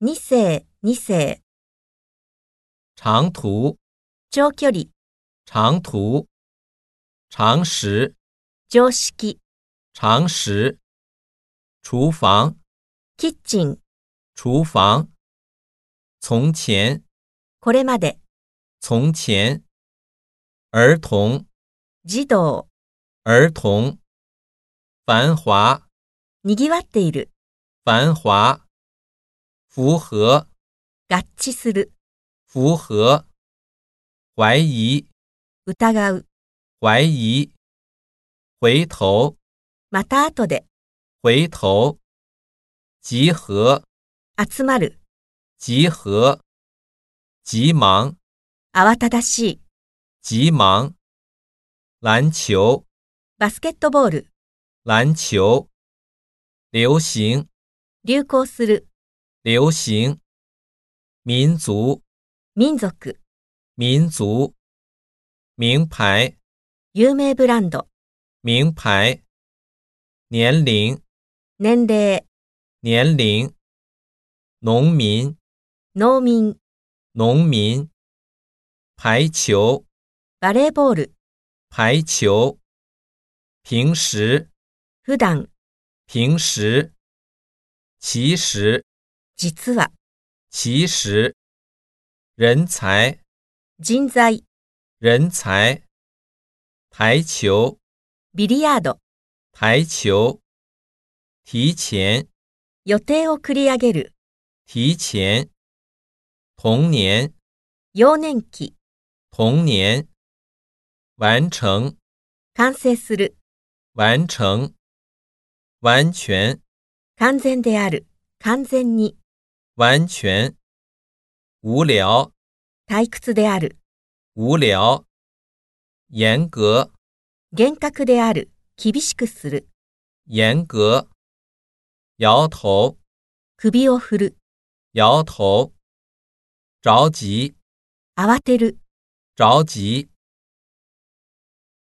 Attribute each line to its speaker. Speaker 1: 2世、2世、
Speaker 2: 长途、
Speaker 1: 長距離、
Speaker 2: 长途、常识、
Speaker 1: 常識、
Speaker 2: 常识、厨房、
Speaker 1: キッチン、
Speaker 2: 厨房、从前、
Speaker 1: これまで、
Speaker 2: 从前、儿童、
Speaker 1: 児童、
Speaker 2: 儿童、繁华、
Speaker 1: にぎわっている、
Speaker 2: 繁华、符合、
Speaker 1: 合致する、
Speaker 2: 符合、怀疑、
Speaker 1: 疑う、
Speaker 2: 怀疑、回头、
Speaker 1: また後で、
Speaker 2: 回头、集合、
Speaker 1: 集まる、
Speaker 2: 集合、急忙、
Speaker 1: 慌ただしい、
Speaker 2: 急忙，篮球，
Speaker 1: バスケットボール、
Speaker 2: 篮球，流行，
Speaker 1: 流行する、
Speaker 2: 流行，民族，
Speaker 1: 民族、
Speaker 2: 民族，名牌，
Speaker 1: 有名ブランド、
Speaker 2: 名牌，年龄，
Speaker 1: 年齢、
Speaker 2: 年龄，农民，
Speaker 1: 農民、
Speaker 2: 农民，排球，
Speaker 1: バレーボール、
Speaker 2: 排球，平时，
Speaker 1: 普段、
Speaker 2: 平时，其实，
Speaker 1: 実は、
Speaker 2: 其实，人才。
Speaker 1: 人材、
Speaker 2: 人才，排球，
Speaker 1: ビリヤード、
Speaker 2: 排球，提前，
Speaker 1: 予定を繰り上げる、
Speaker 2: 提前，童年，
Speaker 1: 幼年期、
Speaker 2: 童年，完成，
Speaker 1: 完成する、
Speaker 2: 完成，完全，
Speaker 1: 完全である、完全に、
Speaker 2: 完全，无聊，
Speaker 1: 退屈である、
Speaker 2: 无聊，严格，
Speaker 1: 厳格である、厳しくする、
Speaker 2: 严格，摇头，
Speaker 1: 首を振る、
Speaker 2: 摇头，着急，
Speaker 1: 慌てる。
Speaker 2: 着急，